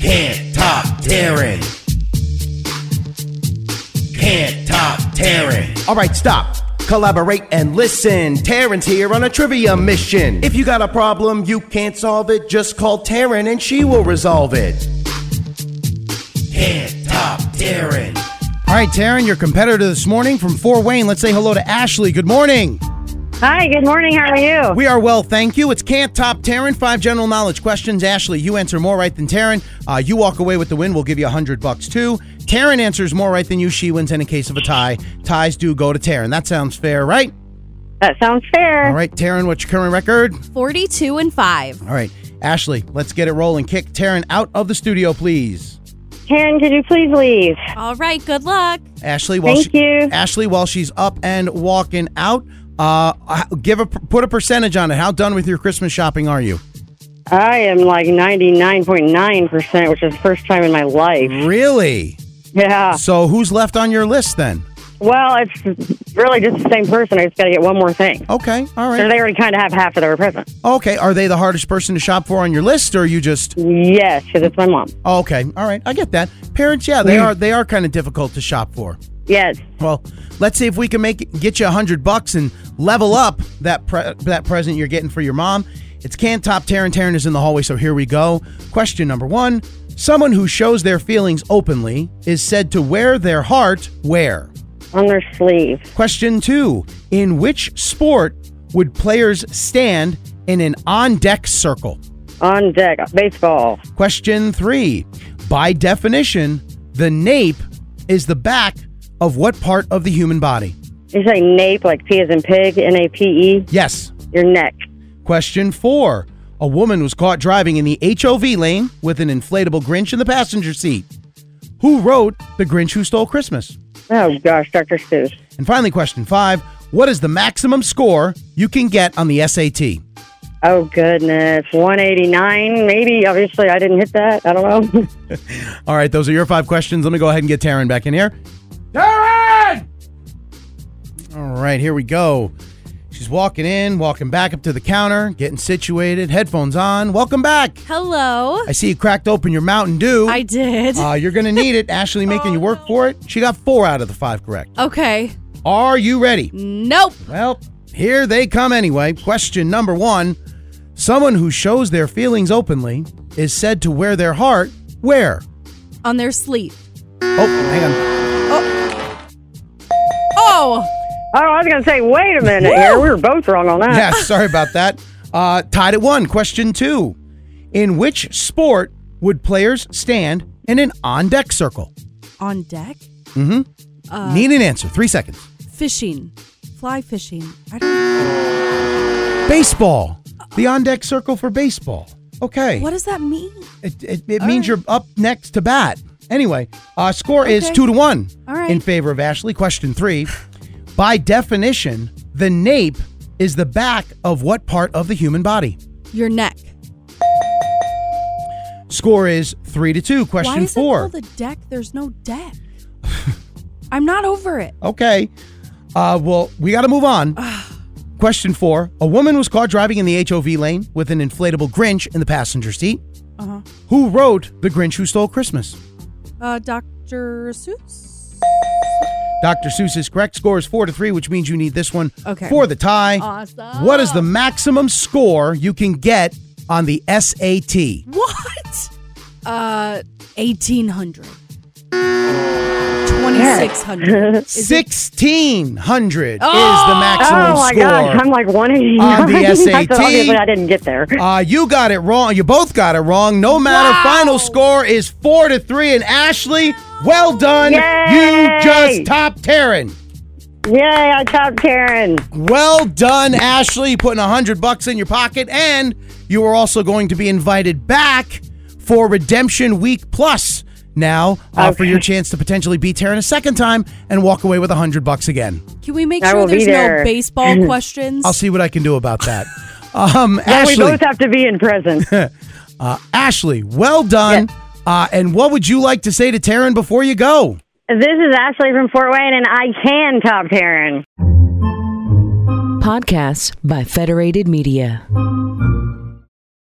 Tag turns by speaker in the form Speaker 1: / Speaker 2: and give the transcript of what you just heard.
Speaker 1: Can't top Darren. Can't top Darren.
Speaker 2: All right, stop. Collaborate and listen. Taryn's here on a trivia mission. If you got a problem you can't solve it, just call Taryn and she will resolve it.
Speaker 1: Can't top Darren.
Speaker 3: All right, Taryn, your competitor this morning from Fort Wayne. Let's say hello to Ashley. Good morning.
Speaker 4: Hi, good morning. How are you?
Speaker 3: We are well, thank you. It's Can't Top Taryn. Five general knowledge questions. Ashley, you answer more right than Taryn. Uh, you walk away with the win. We'll give you a hundred bucks too. Taryn answers more right than you. She wins. And in case of a tie, ties do go to Taryn. That sounds fair, right?
Speaker 4: That sounds fair.
Speaker 3: All right, Taryn, what's your current record?
Speaker 5: 42 and 5.
Speaker 3: All right, Ashley, let's get it rolling. Kick Taryn out of the studio, please.
Speaker 4: Karen, could you please leave?
Speaker 5: All right, good luck.
Speaker 3: Ashley, while
Speaker 4: Thank
Speaker 3: she-
Speaker 4: you.
Speaker 3: Ashley, while she's up and walking out, uh, uh, give a put a percentage on it. How done with your Christmas shopping are you?
Speaker 4: I am like 99.9%, which is the first time in my life.
Speaker 3: Really?
Speaker 4: Yeah.
Speaker 3: So who's left on your list then?
Speaker 4: Well, it's really just the same person. I just got to get one more thing.
Speaker 3: Okay, all
Speaker 4: So
Speaker 3: right.
Speaker 4: they already kind of have half of their present.
Speaker 3: Okay, are they the hardest person to shop for on your list, or are you just
Speaker 4: Yes, because it's my mom.
Speaker 3: okay? All right, I get that. Parents, yeah,
Speaker 4: Mm.
Speaker 3: they are they are kind of difficult to shop for.
Speaker 4: Yes.
Speaker 3: Well, let's see if we can make it, get you a hundred bucks and level up that pre- that present you're getting for your mom. It's can't top Taryn. Taryn is in the hallway, so here we go. Question number one: Someone who shows their feelings openly is said to wear their heart where?
Speaker 4: On their sleeve.
Speaker 3: Question two: In which sport would players stand in an on-deck circle?
Speaker 4: On deck. Baseball.
Speaker 3: Question three. By definition, the nape is the back of what part of the human body?
Speaker 4: You say nape, like P as in pig, N A P E.
Speaker 3: Yes.
Speaker 4: Your neck.
Speaker 3: Question four. A woman was caught driving in the HOV lane with an inflatable Grinch in the passenger seat. Who wrote The Grinch Who Stole Christmas?
Speaker 4: Oh, gosh, Dr. Seuss.
Speaker 3: And finally, question five. What is the maximum score you can get on the SAT?
Speaker 4: Oh, goodness. 189, maybe. Obviously, I didn't hit that. I don't know.
Speaker 3: All right, those are your five questions. Let me go ahead and get Taryn back in here. Taryn! All right, here we go. She's walking in, walking back up to the counter, getting situated, headphones on. Welcome back.
Speaker 5: Hello.
Speaker 3: I see you cracked open your Mountain Dew.
Speaker 5: I did.
Speaker 3: Uh, you're going to need it. Ashley making you work for it. She got four out of the five correct.
Speaker 5: okay.
Speaker 3: Are you ready?
Speaker 5: Nope.
Speaker 3: Well, here they come anyway. Question number one Someone who shows their feelings openly is said to wear their heart where?
Speaker 5: On their sleeve.
Speaker 3: Oh, hang on.
Speaker 5: Oh,
Speaker 4: Oh, I was going to say, wait a minute here. We were both wrong on that.
Speaker 3: yeah, sorry about that. Uh, tied at one. Question two. In which sport would players stand in an on deck circle?
Speaker 5: on deck? Uh.
Speaker 3: Need an answer. Three seconds.
Speaker 5: Fishing. Fly fishing. I don't,
Speaker 3: Baseball. The on deck circle for baseball. Okay.
Speaker 5: what does that mean?
Speaker 3: It, it, it means you're up next to bat. Anyway, uh, score is
Speaker 5: Okay.
Speaker 3: two to one
Speaker 5: All right.
Speaker 3: in favor of Ashley. Question three. By definition, the nape is the back of what part of the human body?
Speaker 5: Your neck.
Speaker 3: Score is three to two. Question
Speaker 5: Why is
Speaker 3: four.
Speaker 5: it called a deck? There's no deck. I'm not over it.
Speaker 3: Okay. Uh, well, we got to move on. Question four. A woman was caught driving in the HOV lane with an inflatable Grinch in the passenger seat.
Speaker 5: Uh-huh.
Speaker 3: Who wrote The Grinch Who Stole Christmas?
Speaker 5: Uh, Dr. Seuss?
Speaker 3: Dr. Seuss is correct. Score is four to three, which means you need this one
Speaker 5: Okay.
Speaker 3: for the tie.
Speaker 5: Awesome.
Speaker 3: What is the maximum score you can get on the SAT?
Speaker 5: What? Uh, 1800. 2600. Is it-
Speaker 3: 1600 is the
Speaker 5: Oh!
Speaker 3: maximum
Speaker 4: Oh my
Speaker 3: score.
Speaker 4: gosh, I'm like 189.
Speaker 3: On the
Speaker 4: So
Speaker 3: SAT.
Speaker 4: obviously I didn't get there.
Speaker 3: Uh, you got it wrong. You both got it wrong. No matter.
Speaker 5: Wow.
Speaker 3: Final score is four to three. And Ashley, well done.
Speaker 4: Yay.
Speaker 3: You just topped Taryn.
Speaker 4: Yay, I topped Karen.
Speaker 3: Well done, Ashley. Putting a hundred bucks in your pocket, and you are also going to be invited back for Redemption Week Plus now uh, for
Speaker 4: Okay.
Speaker 3: your chance to potentially beat Taryn a second time and walk away with a hundred bucks again.
Speaker 5: Can we make
Speaker 4: I
Speaker 5: sure
Speaker 4: will be
Speaker 5: there's no
Speaker 4: there.
Speaker 5: baseball questions?
Speaker 3: I'll see what I can do about that. Um, Ashley,
Speaker 4: We both have to be in present.
Speaker 3: Ashley, well done. Uh, and what would you like to say to Taryn before you go?
Speaker 4: this is Ashley from Fort Wayne, and I can top Karen.
Speaker 6: Podcasts by Federated Media.